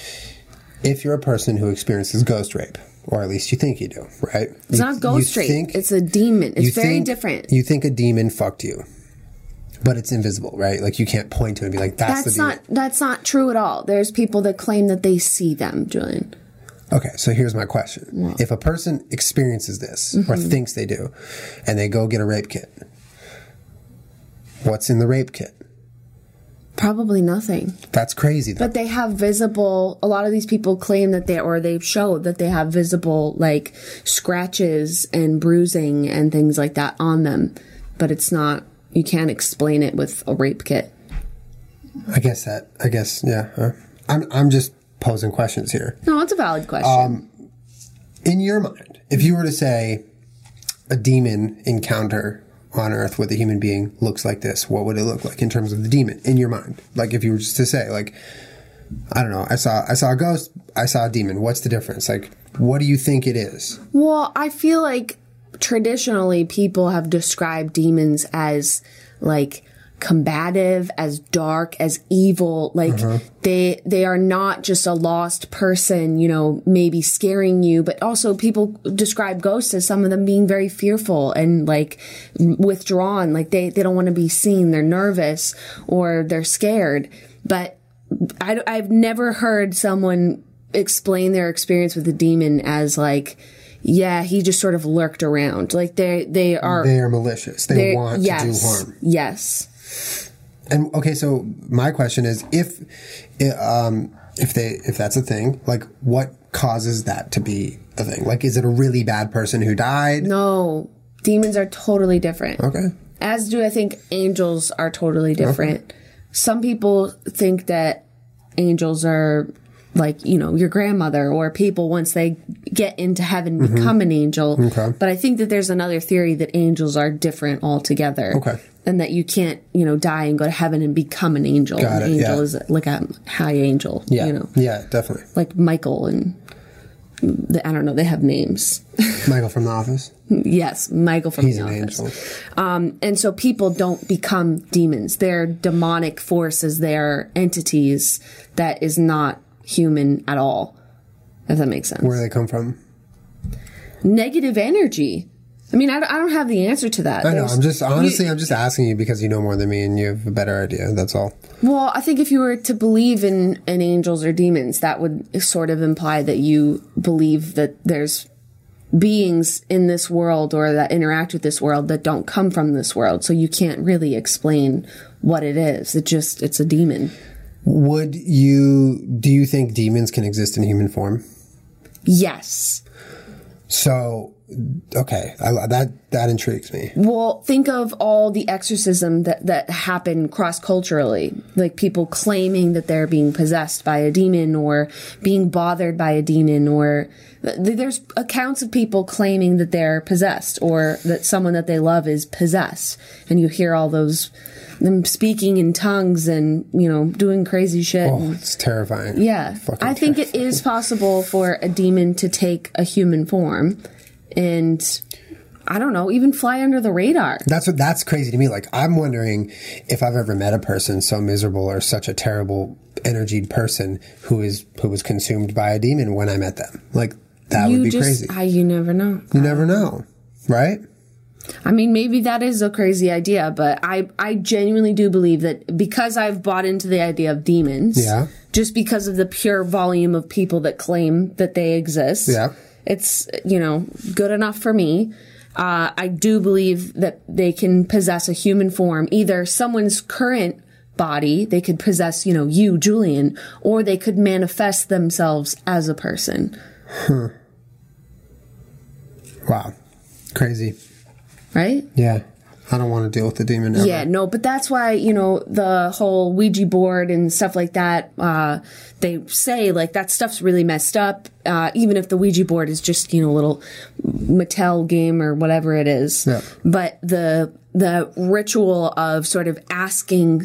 If you're a person who experiences ghost rape, or at least you think you do, right?
It's not ghost rape. It's a demon. It's very different.
You think a demon fucked you, but it's invisible, right? Like you can't point to it and be like, that's,
that's
the demon.
not that's not true at all. There's people that claim that they see them, Julian.
Okay, so here's my question. If a person experiences this or thinks they do, and they go get a rape kit, what's in the rape kit?
Probably nothing.
That's crazy, though.
But they have visible. A lot of these people claim that they or they've showed that they have visible like scratches and bruising and things like that on them. But it's not. You can't explain it with a rape kit.
I guess that, I guess, yeah. huh? I'm, I'm just posing questions here.
No, it's a valid question.
in your mind, if you were to say a demon encounter on Earth with a human being looks like this, what would it look like in terms of the demon in your mind? Like if you were just to say, like, I don't know, I saw I saw a ghost, I saw a demon. What's the difference? Like, what do you think it is?
Well, I feel like traditionally people have described demons as like combative, as dark, as evil. Like they they are not just a lost person, you know, maybe scaring you, but also people describe ghosts as some of them being very fearful and like withdrawn, like they they don't want to be seen, they're nervous or they're scared. But I, have never heard someone explain their experience with the demon as like, yeah, he just sort of lurked around. Like they they are
They are malicious. They,
they-
want
yes,
to do harm.
Yes.
And okay, so my question is, if i- um, if they if that's a thing, like what causes that to be a thing? Like, is it a really bad person who died?
No, demons are totally different.
Okay.
As do I think angels are totally different. Some people think that angels are like, you know, your grandmother or people once they get into heaven
Mm-hmm.
become an angel. But I think that there's another theory that angels are different altogether.
Okay.
And that you can't, you know, die and go to heaven and become an angel.
Got
an
it,
angel
yeah.
is like a high angel.
Yeah.
You know.
Yeah, definitely.
Like Michael and the, I don't know, they have names.
Michael from The Office.
Yes, Michael from
He's
the
an
office.
angel.
Um, and so people don't become demons. They're demonic forces. They're entities that is not human at all. If that makes sense.
Where do they come from?
Negative energy. I mean, I, don't- I don't have the answer to that.
I know.
There's-
I'm just honestly, I'm just asking you because you know more than me and you have a better idea. That's all.
Well, I think if you were to believe in, in angels or demons, that would sort of imply that you believe that there's beings in this world or that interact with this world that don't come from this world. So you can't really explain what it is. It just, it's a demon.
Would you? Do you think demons can exist in human form?
Yes.
So, okay, I, li- that that intrigues me.
Well, think of all the exorcism that, that happen cross culturally, like people claiming that they're being possessed by a demon or being bothered by a demon, or th- there's accounts of people claiming that they're possessed or that someone that they love is possessed. And you hear all those, them speaking in tongues and, you know, doing crazy shit. and-
Oh, it's terrifying.
yeah.
Fucking
I think it is possible for a demon to take a human form and I don't know, even fly under the radar.
That's what that's crazy to me. Like I'm wondering if I've ever met a person so miserable or such a terrible energied person who is who was consumed by a demon when I met them. Like that
you
would be crazy.
just I, you never know.
you never know, right?
I mean, maybe that is a crazy idea, but I I genuinely do believe that because I've bought into the idea of demons,
Yeah.
just because of the pure volume of people that claim that they exist,
Yeah.
it's you know good enough for me. Uh, I do believe that they can possess a human form, either someone's current body, they could possess, you know, you, Julian, or they could manifest themselves as a person.
Wow. Crazy.
right?
Yeah. I don't want to deal with the demon ever.
Yeah, no, but that's why, you know, the whole Ouija board and stuff like that, uh, they say, like, that stuff's really messed up, uh, even if the Ouija board is just, you know, a little Mattel game or whatever it is.
Yeah.
But the, the ritual of sort of asking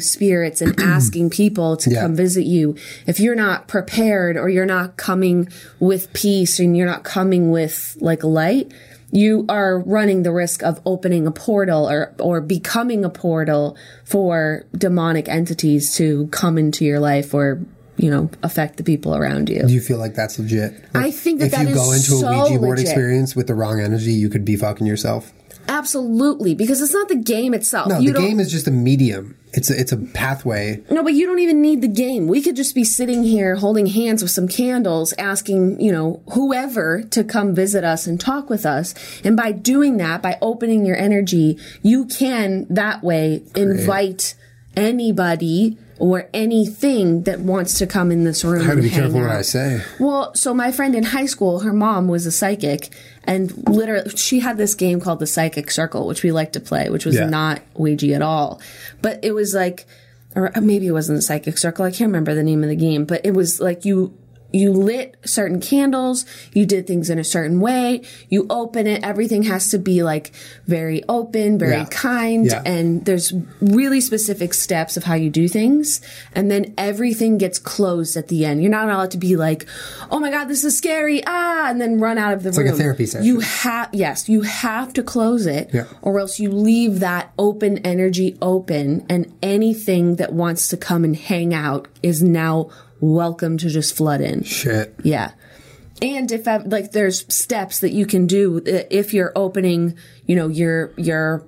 spirits and asking people to
Yeah.
come visit you, if you're not prepared or you're not coming with peace and you're not coming with, like, light, you are running the risk of opening a portal or or becoming a portal for demonic entities to come into your life or you know affect the people around you.
Do you feel like that's legit?
I think that
if
that
you
is
go into
so
a Ouija board
legit.
experience with the wrong energy, you could be fucking yourself.
Absolutely, because it's not the game itself.
No,
you
the
don't,
game is just a medium. It's a, it's a pathway.
No, but you don't even need the game. We could just be sitting here holding hands with some candles, asking, you know, whoever to come visit us and talk with us. And by doing that, by opening your energy, you can that way invite anybody or anything that wants to come in this room.
I gotta
and
be
hang
careful what
out.
I say.
Well, so my friend in high school, her mom was a psychic, and literally, she had this game called the Psychic Circle, which we liked to play, which was
Yeah.
not Ouija at all. But it was like, or maybe it wasn't Psychic Circle. I can't remember the name of the game, but it was like you. You lit certain candles, you did things in a certain way, you open it, everything has to be like very open, very
Yeah.
kind,
Yeah.
and there's really specific steps of how you do things and then everything gets closed at the end you're not allowed to be like oh my god this is scary ah and then run out of the
like
room
a therapy session.
you have yes you have to close it
Yeah.
or else you leave that open energy open and anything that wants to come and hang out is now welcome to just flood in
Shit.
yeah. And if I- like there's steps that you can do uh, if you're opening, you know, your your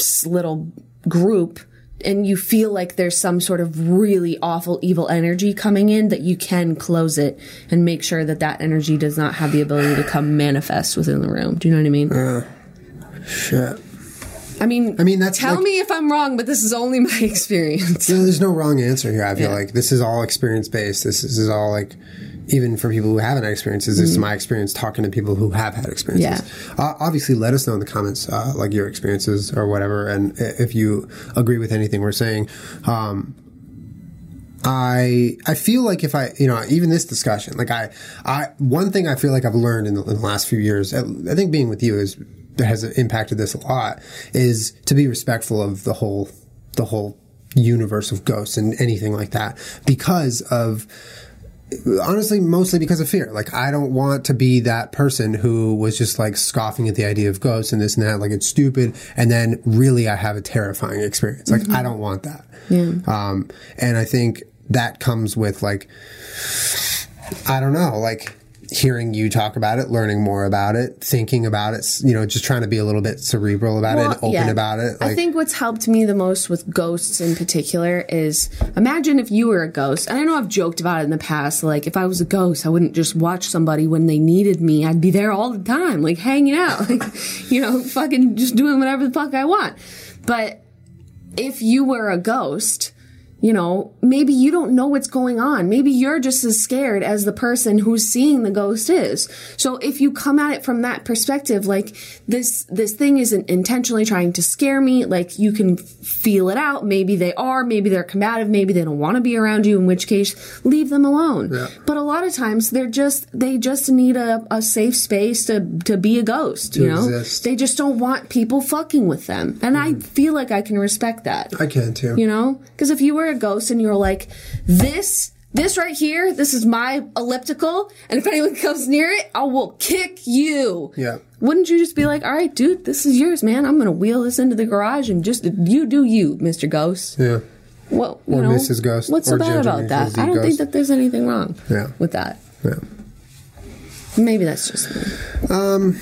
s- little group and you feel like there's some sort of really awful evil energy coming in that you can close it and make sure that that energy does not have the ability to come manifest within the room. Do you know what I mean?
Shit.
I mean,
I mean, that's
tell
like-
me if I'm wrong, but this is only my experience.
No, there's no wrong answer here. I feel
Yeah.
like this is all experience based. This, is- this is all like, even for people who haven't had experiences, this is my experience talking to people who have had experiences. Uh, obviously, let us know in the comments, uh, like your experiences or whatever, and i- if you agree with anything we're saying. Um, I I feel like if I you know even this discussion like I I one thing I feel like I've learned in the, in the last few years I I think being with you is that has impacted this a lot is to be respectful of the whole the whole universe of ghosts and anything like that because of honestly mostly because of fear like i don't want to be that person who was just like scoffing at the idea of ghosts and this and that like it's stupid and then really i have a terrifying experience like i don't want that um and i think that comes with like i don't know like hearing you talk about it learning more about it thinking about it s- you know just trying to be a little bit cerebral about it and
Well,
open
yeah.
about it
I
like
think what's helped me the most with ghosts in particular is imagine if you were a ghost. And I know I've joked about it in the past. Like, if I was a ghost, I wouldn't just watch somebody when they needed me. I'd be there all the time, like hanging out, like, you know, fucking just doing whatever the fuck I want. But if you were a ghost, you know, maybe you don't know what's going on. Maybe you're just as scared as the person who's seeing the ghost is. So if you come at it from that perspective, like this, this thing isn't intentionally trying to scare me. Like you can f- feel it out. Maybe they are, maybe they're combative, maybe they don't want to be around you, in which case leave them alone. But a lot of times they're just, they just need a, a safe space to, to be a ghost, you know?
exist.
They just don't want people fucking with them. And I feel like I can respect that
Mm. I can too
you know because if you were a ghost and you were like this this right here this is my elliptical and if anyone comes near it i will kick you
Yeah.
wouldn't you just be like all right dude this is yours man i'm gonna wheel this into the garage and just you do you mr ghost
yeah
well you
Or
know,
Mrs. Ghost,
what's so
or
bad
Ginger
about
Mrs.
that
Z
i don't think
Ghost.
that there's anything wrong
Yeah.
with that
yeah
maybe that's just me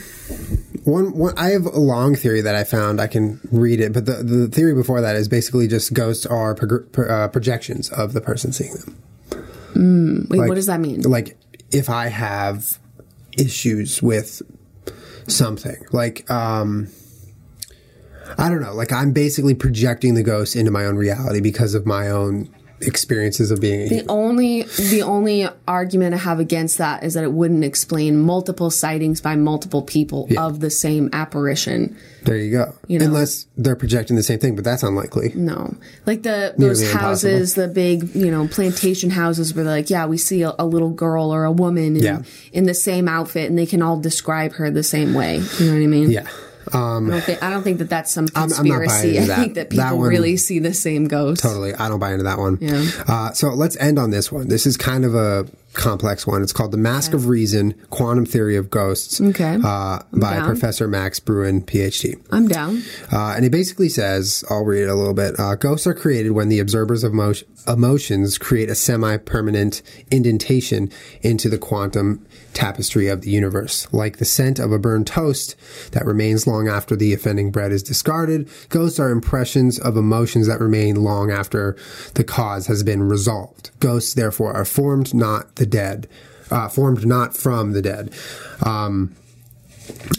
One, one, I have a long theory that I found. I can read it, but the, the theory before that is basically just ghosts are pro- pro- uh, projections of the person seeing them.
wait
Like-
what does that mean
Like, if I have issues with something, like, um, I don't know, like I'm basically projecting the ghost into my own reality because of my own experiences of being a
The only the only argument I have against that is that it wouldn't explain multiple sightings by multiple people of the same apparition.
There you go.
know. Mm.
Unless they're projecting the same thing, but that's unlikely.
No, like the those
Nearly
houses, the big you know plantation houses, where they're like, yeah, we see a, a little girl or a woman in,
Yeah.
in the same outfit, and they can all describe her the same way. You know what I mean?
Yeah. Um,
I don't think, I don't think that that's some
not buying
conspiracy. I
into that.
think that people
That one-
really see the same ghost.
Totally. I don't buy into that one. Uh, so let's end on this one. This is kind of a complex one. It's called The Mask of Reason Quantum Theory of Ghosts
Okay.
uh, by
down.
Professor Max Bruin, PhD.
I'm down.
Uh, and he basically says, I'll read it a little bit. Uh, ghosts are created when the observer's emo- emotions create a semi permanent indentation into the quantum tapestry of the universe. Like the scent of a burned toast that remains long after the offending bread is discarded, ghosts are impressions of emotions that remain long after the cause has been resolved. Ghosts, therefore, are formed not the dead, uh, formed not from the dead. Um,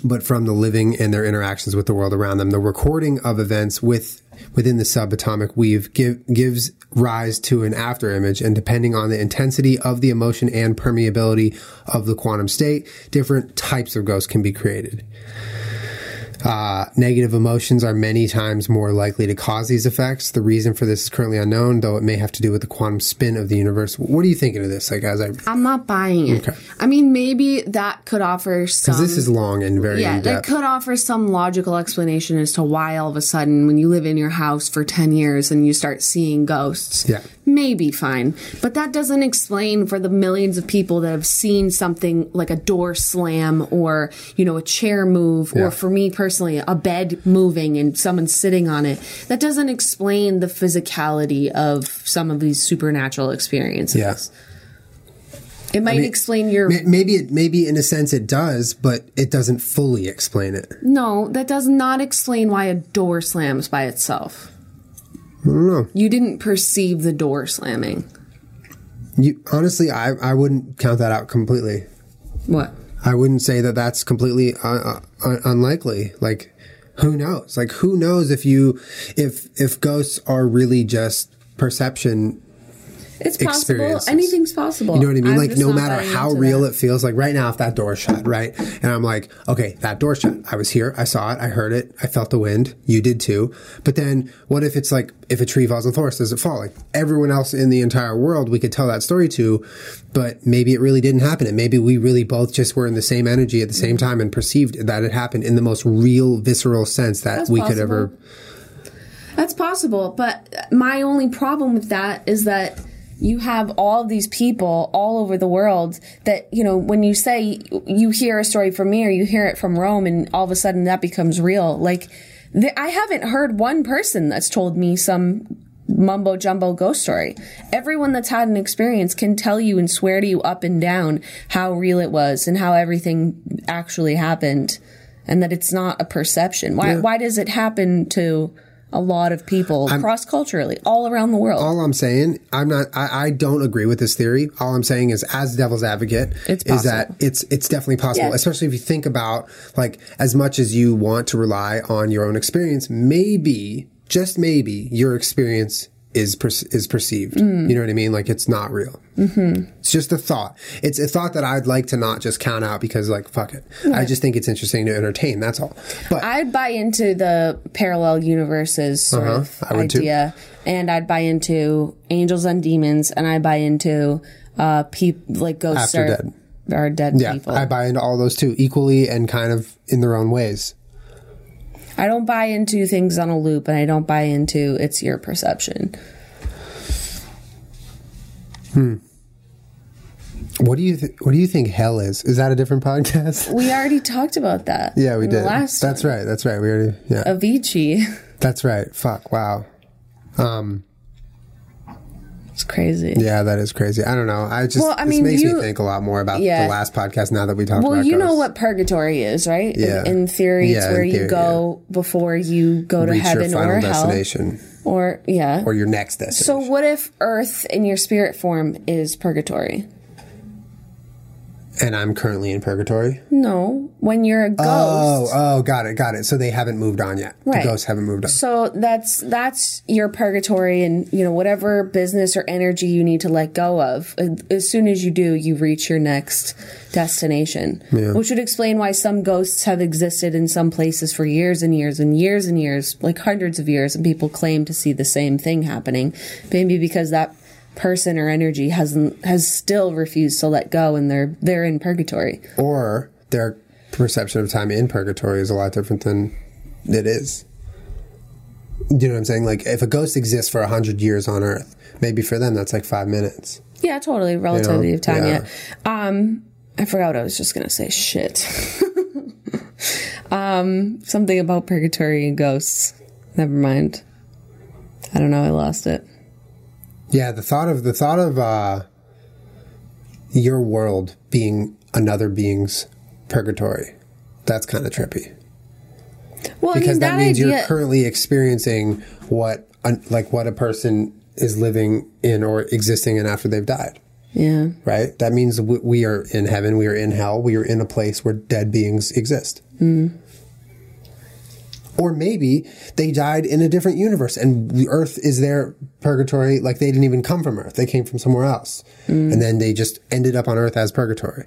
but from the living and their interactions with the world around them. The recording of events with within the subatomic weave give, gives rise to an afterimage, and depending on the intensity of the emotion and permeability of the quantum state, different types of ghosts can be created. Uh, negative emotions are many times more likely to cause these effects. The reason for this is currently unknown, though it may have to do with the quantum spin of the universe. What are you thinking of this? Like, as I, because
I'm not buying it. I mean, maybe that could offer some.
this is long and very
Um, Yeah,
in
that
depth.
could offer some logical explanation as to why all of a sudden, when you live in your house for 10 years and you start seeing ghosts,
Yeah.
maybe fine. But that doesn't explain for the millions of people that have seen something like a door slam or, you know, a chair move,
Yeah.
or for me personally, a bed moving and someone sitting on it. That doesn't explain the physicality of some of these supernatural experiences.
Yes.
It might explain your.
May- Maybe it, maybe in a sense it does, but it doesn't fully explain it.
No, that does not explain why a door slams by itself. You didn't perceive the door slamming.
You honestly, I, I wouldn't count that out completely.
What?
I wouldn't say that that's completely uh, uh, unlikely. Like, who knows? Like, who knows if you if if ghosts are really just perception?
It's possible.
Experiences.
Anything's possible.
You know what I mean? like, no matter how real it feels. Like right now, if that door shut, right, and I'm like, okay, that door shut. I was here. I saw it. I heard it. I felt the wind. You did too. But then, what if it's like if a tree falls on the forest, does it fall? Like everyone else in the entire world, we could tell that story to, but maybe it really didn't happen. And maybe we really both just were in the same energy at the same
Mm-hmm.
time and perceived that it happened in the most real, visceral sense that
That's
we could
possible.
ever.
That's possible, but my only problem with that is that you have all these people all over the world that, you know, when you say you hear a story from me or you hear it from Rome and all of a sudden that becomes real, like th- I haven't heard one person that's told me some mumbo jumbo ghost story. Everyone that's had an experience can tell you and swear to you up and down how real it was and how everything actually happened and that it's not a perception. Why why does it happen to a lot of people cross culturally all around the world?
all I'm saying, I'm not. I, I don't agree with this theory. All I'm saying is, as devil's advocate,
It's
is
possible.
that it's it's definitely possible,
Yeah.
especially if you think about like as much as you want to rely on your own experience. Maybe, just maybe, your experience is per- is perceived.
Mm.
You know what I mean? Like it's not real.
Mm-hmm.
It's just a thought. It's a thought that I'd like to not just count out because like fuck it. I just think it's interesting to entertain. That's all. But
I'd buy into the parallel universes sort of
Uh-huh. I would too.
idea, and I'd buy into angels and demons, and I buy into uh, peop- like ghosts
After
are
dead.
are dead
yeah,
people.
I buy into all those too equally and kind of in their own ways.
I don't buy into things on a loop, and I don't buy into it's your perception.
What do you th- What do you think hell is? Is that a different podcast?
We already talked about that.
yeah, we
in
did.
The last Uh,
that's right. That's right. We already. Yeah.
Avicii.
that's right. Fuck. Wow.
It's crazy.
Yeah, that is crazy. I don't know. I just
Well, I
this
mean,
makes me
you-
think a lot more about
Yeah.
the last podcast now that we talked
Well,
about.
you know
ghosts.
what purgatory is, right? In-
Yeah.
In, theory, it's
Yeah, in
where you
theory,
go before you go to
Reach your
heaven
final
or hell,
destination
or yeah,
or your next destination.
So what if Earth in your spirit form is purgatory?
And I'm currently in purgatory.
No, when you're a
Oh,
ghost.
oh, got it, got it. So they haven't moved on yet.
Right.
The ghosts haven't moved on.
So that's that's your purgatory, and you know whatever business or energy you need to let go of. uh, As soon as you do, you reach your next destination, which would explain why some ghosts have existed in some places for years and years and years and years, like hundreds of years, and people claim to see the same thing happening. Maybe because that person or energy hasn't has still refused to let go, and they're they're in purgatory.
Or their perception of time in purgatory is a lot different than it is. Do you know what I'm saying? Like, if a ghost exists for 100 years on Earth, maybe for them that's like five minutes.
Yeah, totally. Relativity of time,
yeah.
yeah. Um, I forgot what I was just going to say. Shit. um, something about purgatory and ghosts. Never mind. I don't know. I lost it.
Yeah, the thought of the thought of uh, your world being another being's purgatory, that's kind of trippy.
Well, I
because
mean, that,
that means
idea.
you're currently experiencing what un, like what a person is living in or existing in after they've died
yeah.
right that means we, we are in heaven we are in hell we are in a place where dead beings exist
Mm.
or maybe they died in a different universe and the earth is their purgatory like they didn't even come from earth they came from somewhere else
Mm.
and then they just ended up on earth as purgatory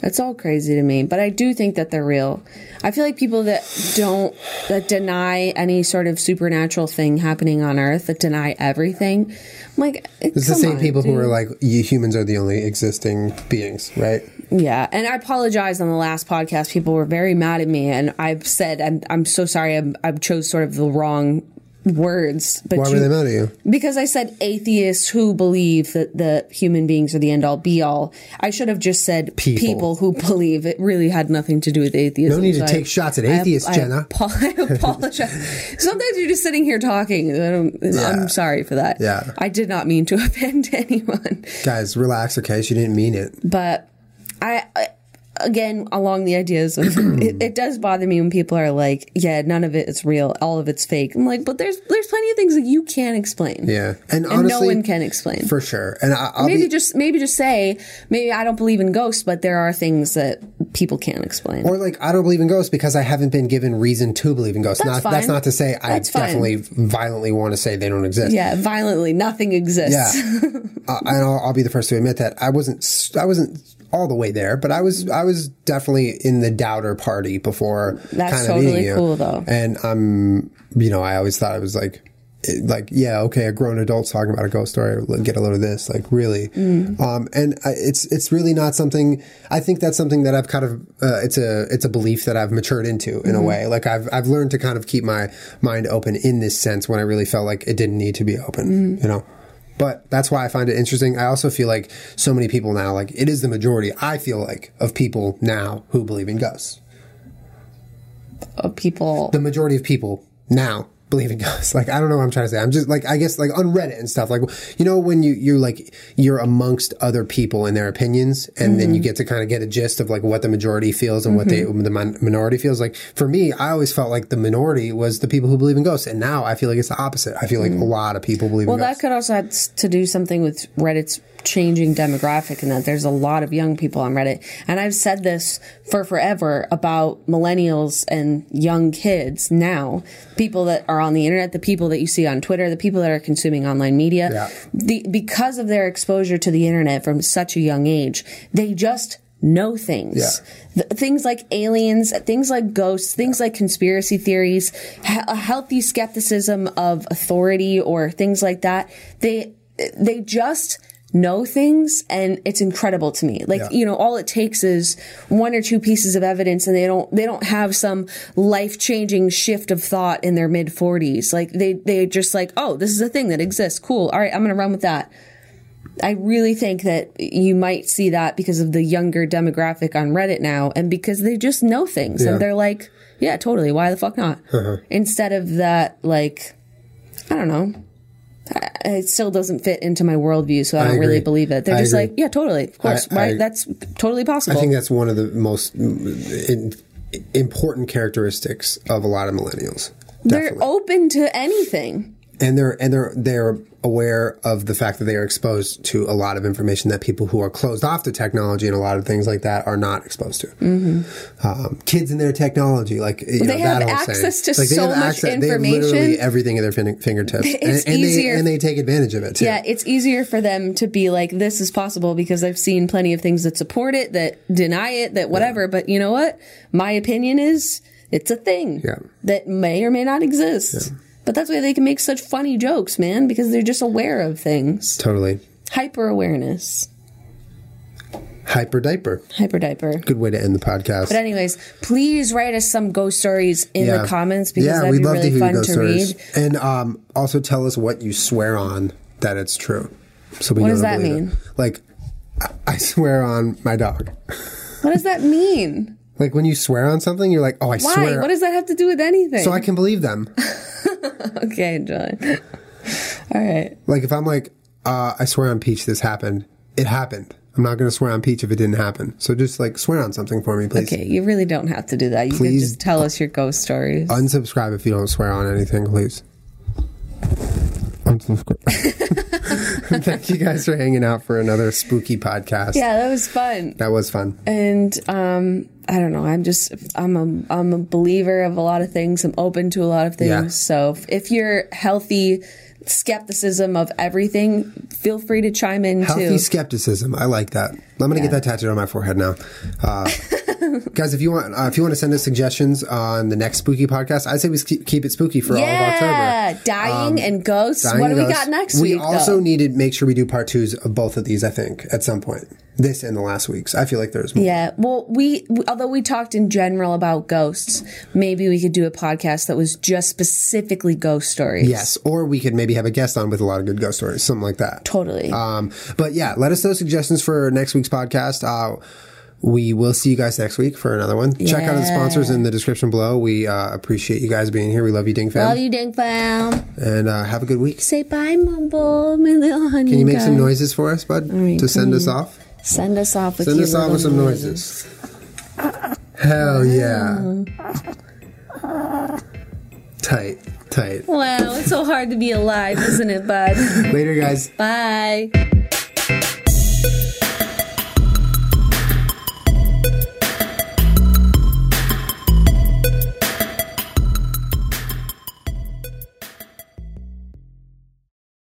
That's all crazy to me, but I do think that they're real. I feel like people that don't, that deny any sort of supernatural thing happening on Earth, that deny everything, I'm like,
it's the same people who are like you humans are the only existing beings right
Yeah, and I apologize on the last podcast. People were very mad at me, and I've said I'm I'm so sorry. I'm, I chose sort of the wrong words, but
why
you-
were they mad at you
because I said atheists who believe that the human beings are the end all be all. I should have just said
People.
people, who believe it really had nothing to do with atheism.
No need to
So I-
take shots at
I-
atheists,
I,
Jenna.
apo- I apologize. Sometimes you're just sitting here talking. and I don't, I'm sorry for that.
Yeah.
I did not mean to offend anyone
guys relax okay she didn't mean it
but I, I again along the ideas of it, it does bother me when people are like yeah none of it is real all of it's fake i'm like but there's there's plenty of things that you can explain
yeah and,
and
honestly
no one can explain
for sure and I, i'll
maybe
be
just maybe just say maybe i don't believe in ghosts but there are things that people can't explain
or like i don't believe in ghosts because i haven't been given reason to believe in ghosts
That's
not, that's
fine.
not to say i
That's fine.
definitely violently want to say they don't exist
yeah violently nothing
yeah
exists
uh, and I'll, I'll be the first to admit that i wasn't s- i wasn't all the way there but i was i was definitely in the doubter party before
That's
kind of
totally
meeting you.
cool, though.
and i'm you know i always thought i was like it- like yeah okay a grown adult's talking about a ghost story l- get a load of this like really um and I, it's it's really not something i think that's something that i've kind of uh, it's a it's a belief that i've matured into in a way like i've i've learned to kind of keep my mind open in this sense when i really felt like it didn't need to be open you know but that's why I find it interesting. I also feel like so many people now, like it is the majority, I feel like, of people now who believe in ghosts.
of people
The majority of people now believe in ghosts. Like, I don't know what I'm trying to say. I'm just like, I guess like on Reddit and stuff, like, you know, when you, you're like, you're amongst other people and their opinions, and then
Mm-hmm.
you get to kind of get a gist of like what the majority feels and what they, the min- minority feels. Like for me, I always felt like the minority was the people who believe in ghosts. And now I feel like it's the opposite. I feel like a lot of people believe
Mm. well
in ghosts.
that could also have to do something with reddit's changing demographic and that there's a lot of young people on reddit and i've said this for forever about millennials and young kids now people that are on the internet the people that you see on twitter the people that are consuming online media
Yeah.
the, because of their exposure to the internet from such a young age they just know things Th- things like aliens things like ghosts things like conspiracy theories he- a healthy skepticism of authority or things like that they they just know things and it's incredible to me like
Yeah.
you know all it takes is one or two pieces of evidence and they don't they don't have some life-changing shift of thought in their mid 40s like they they just like oh this is a thing that exists cool all right i'm going to run with that I really think that you might see that because of the younger demographic on Reddit now and because they just know things
Yeah. Uh-huh.
and they're like, yeah, totally. Why the fuck not? Instead of that, like, I don't know. I- It still doesn't fit into my worldview, so I don't really
agree.
believe it. They're
I
just
agree.
like, yeah, totally. Of course.
I-
Why?
I-
that's totally possible.
I think that's one of the most mm, in, important characteristics of a lot of millennials.
they're open to anything.
and they're and they're they're aware of the fact that they are exposed to a lot of information that people who are closed off to technology and a lot of things like that are not exposed to. Um, kids and their technology, like you know,
Mm-hmm. They have
that whole
access
saying.
to
Like, they
so
have
much
access- They have literally
information.
everything at their fin- fingertips,
It's
and, and
easier-
they and they take advantage of it. Too.
Yeah, it's easier for them to be like, this is possible because I've seen plenty of things that support it, that deny it, that whatever. But you know what? My opinion is it's a thing
Yeah.
that may or may not exist. But that's why they can make such funny jokes, man, because they're just aware of things.
totally.
Hyper awareness,
Hyper diaper.
hyper diaper.
Good way to end the podcast.
But anyways, please write us some ghost stories in
Yeah.
the comments because that'd
we'd
be really fun to
ghost stories.
read.
And um, also tell us what you swear on that it's true. So we
What
know
does
to
that
believe it.
mean?
Like, I- I swear on my dog.
What does that mean?
Like when you swear on something, you're like, oh, I
Why?
swear.
What does that have to do with anything?
so I can believe them.
okay, John. All right.
like if I'm like, uh, I swear on peach, this happened. It happened. I'm not going to swear on peach if it didn't happen. So just like swear on something for me, please.
Okay, you really don't have to do that. You can
Please. uh,
just tell us your ghost stories.
Unsubscribe if you don't swear on anything, please. Unsubscribe. Thank you guys for hanging out for another spooky podcast.
yeah, that was fun.
That was fun.
And um, I don't know. I'm just I'm a I'm a believer of a lot of things. I'm open to a lot of things.
Yeah.
So if- if you're healthy skepticism of everything, feel free to chime in
Healthy
too.
skepticism. I like that. I'm gonna get that tattooed on my forehead now. Uh, guys, if you want, uh, if you want to send us suggestions on the next spooky podcast, I say we keep, keep it spooky for all of oh, October. Um,
yeah, dying and ghosts.
Dying
what do we
Ghost.
got next
We
week?
also
though?
need to make sure we do part twos of both of these. I think at some point, this and the last weeks. I feel like there's more.
Yeah. Well, we, we although we talked in general about ghosts, maybe we could do a podcast that was just specifically ghost stories.
Yes, or we could maybe have a guest on with a lot of good ghost stories, something like that.
Totally.
Um, but yeah, let us know suggestions for next week's podcast. Uh, we will see you guys next week for another one. Check out the sponsors in the description below. We uh, appreciate you guys being here. We love you, Ding Fam.
Love you, Ding Fam.
And uh, have a good week.
Say bye, Mumble, my little honey.
Can you make some noises for us, bud?
right, mm-hmm.
to send us off?
Send us off with
Send
your
us off
little
with some
noise.
noises. Hell
Mm.
yeah. Tight, tight.
Wow, it's so hard to be alive, isn't it, bud?
Later, guys.
bye.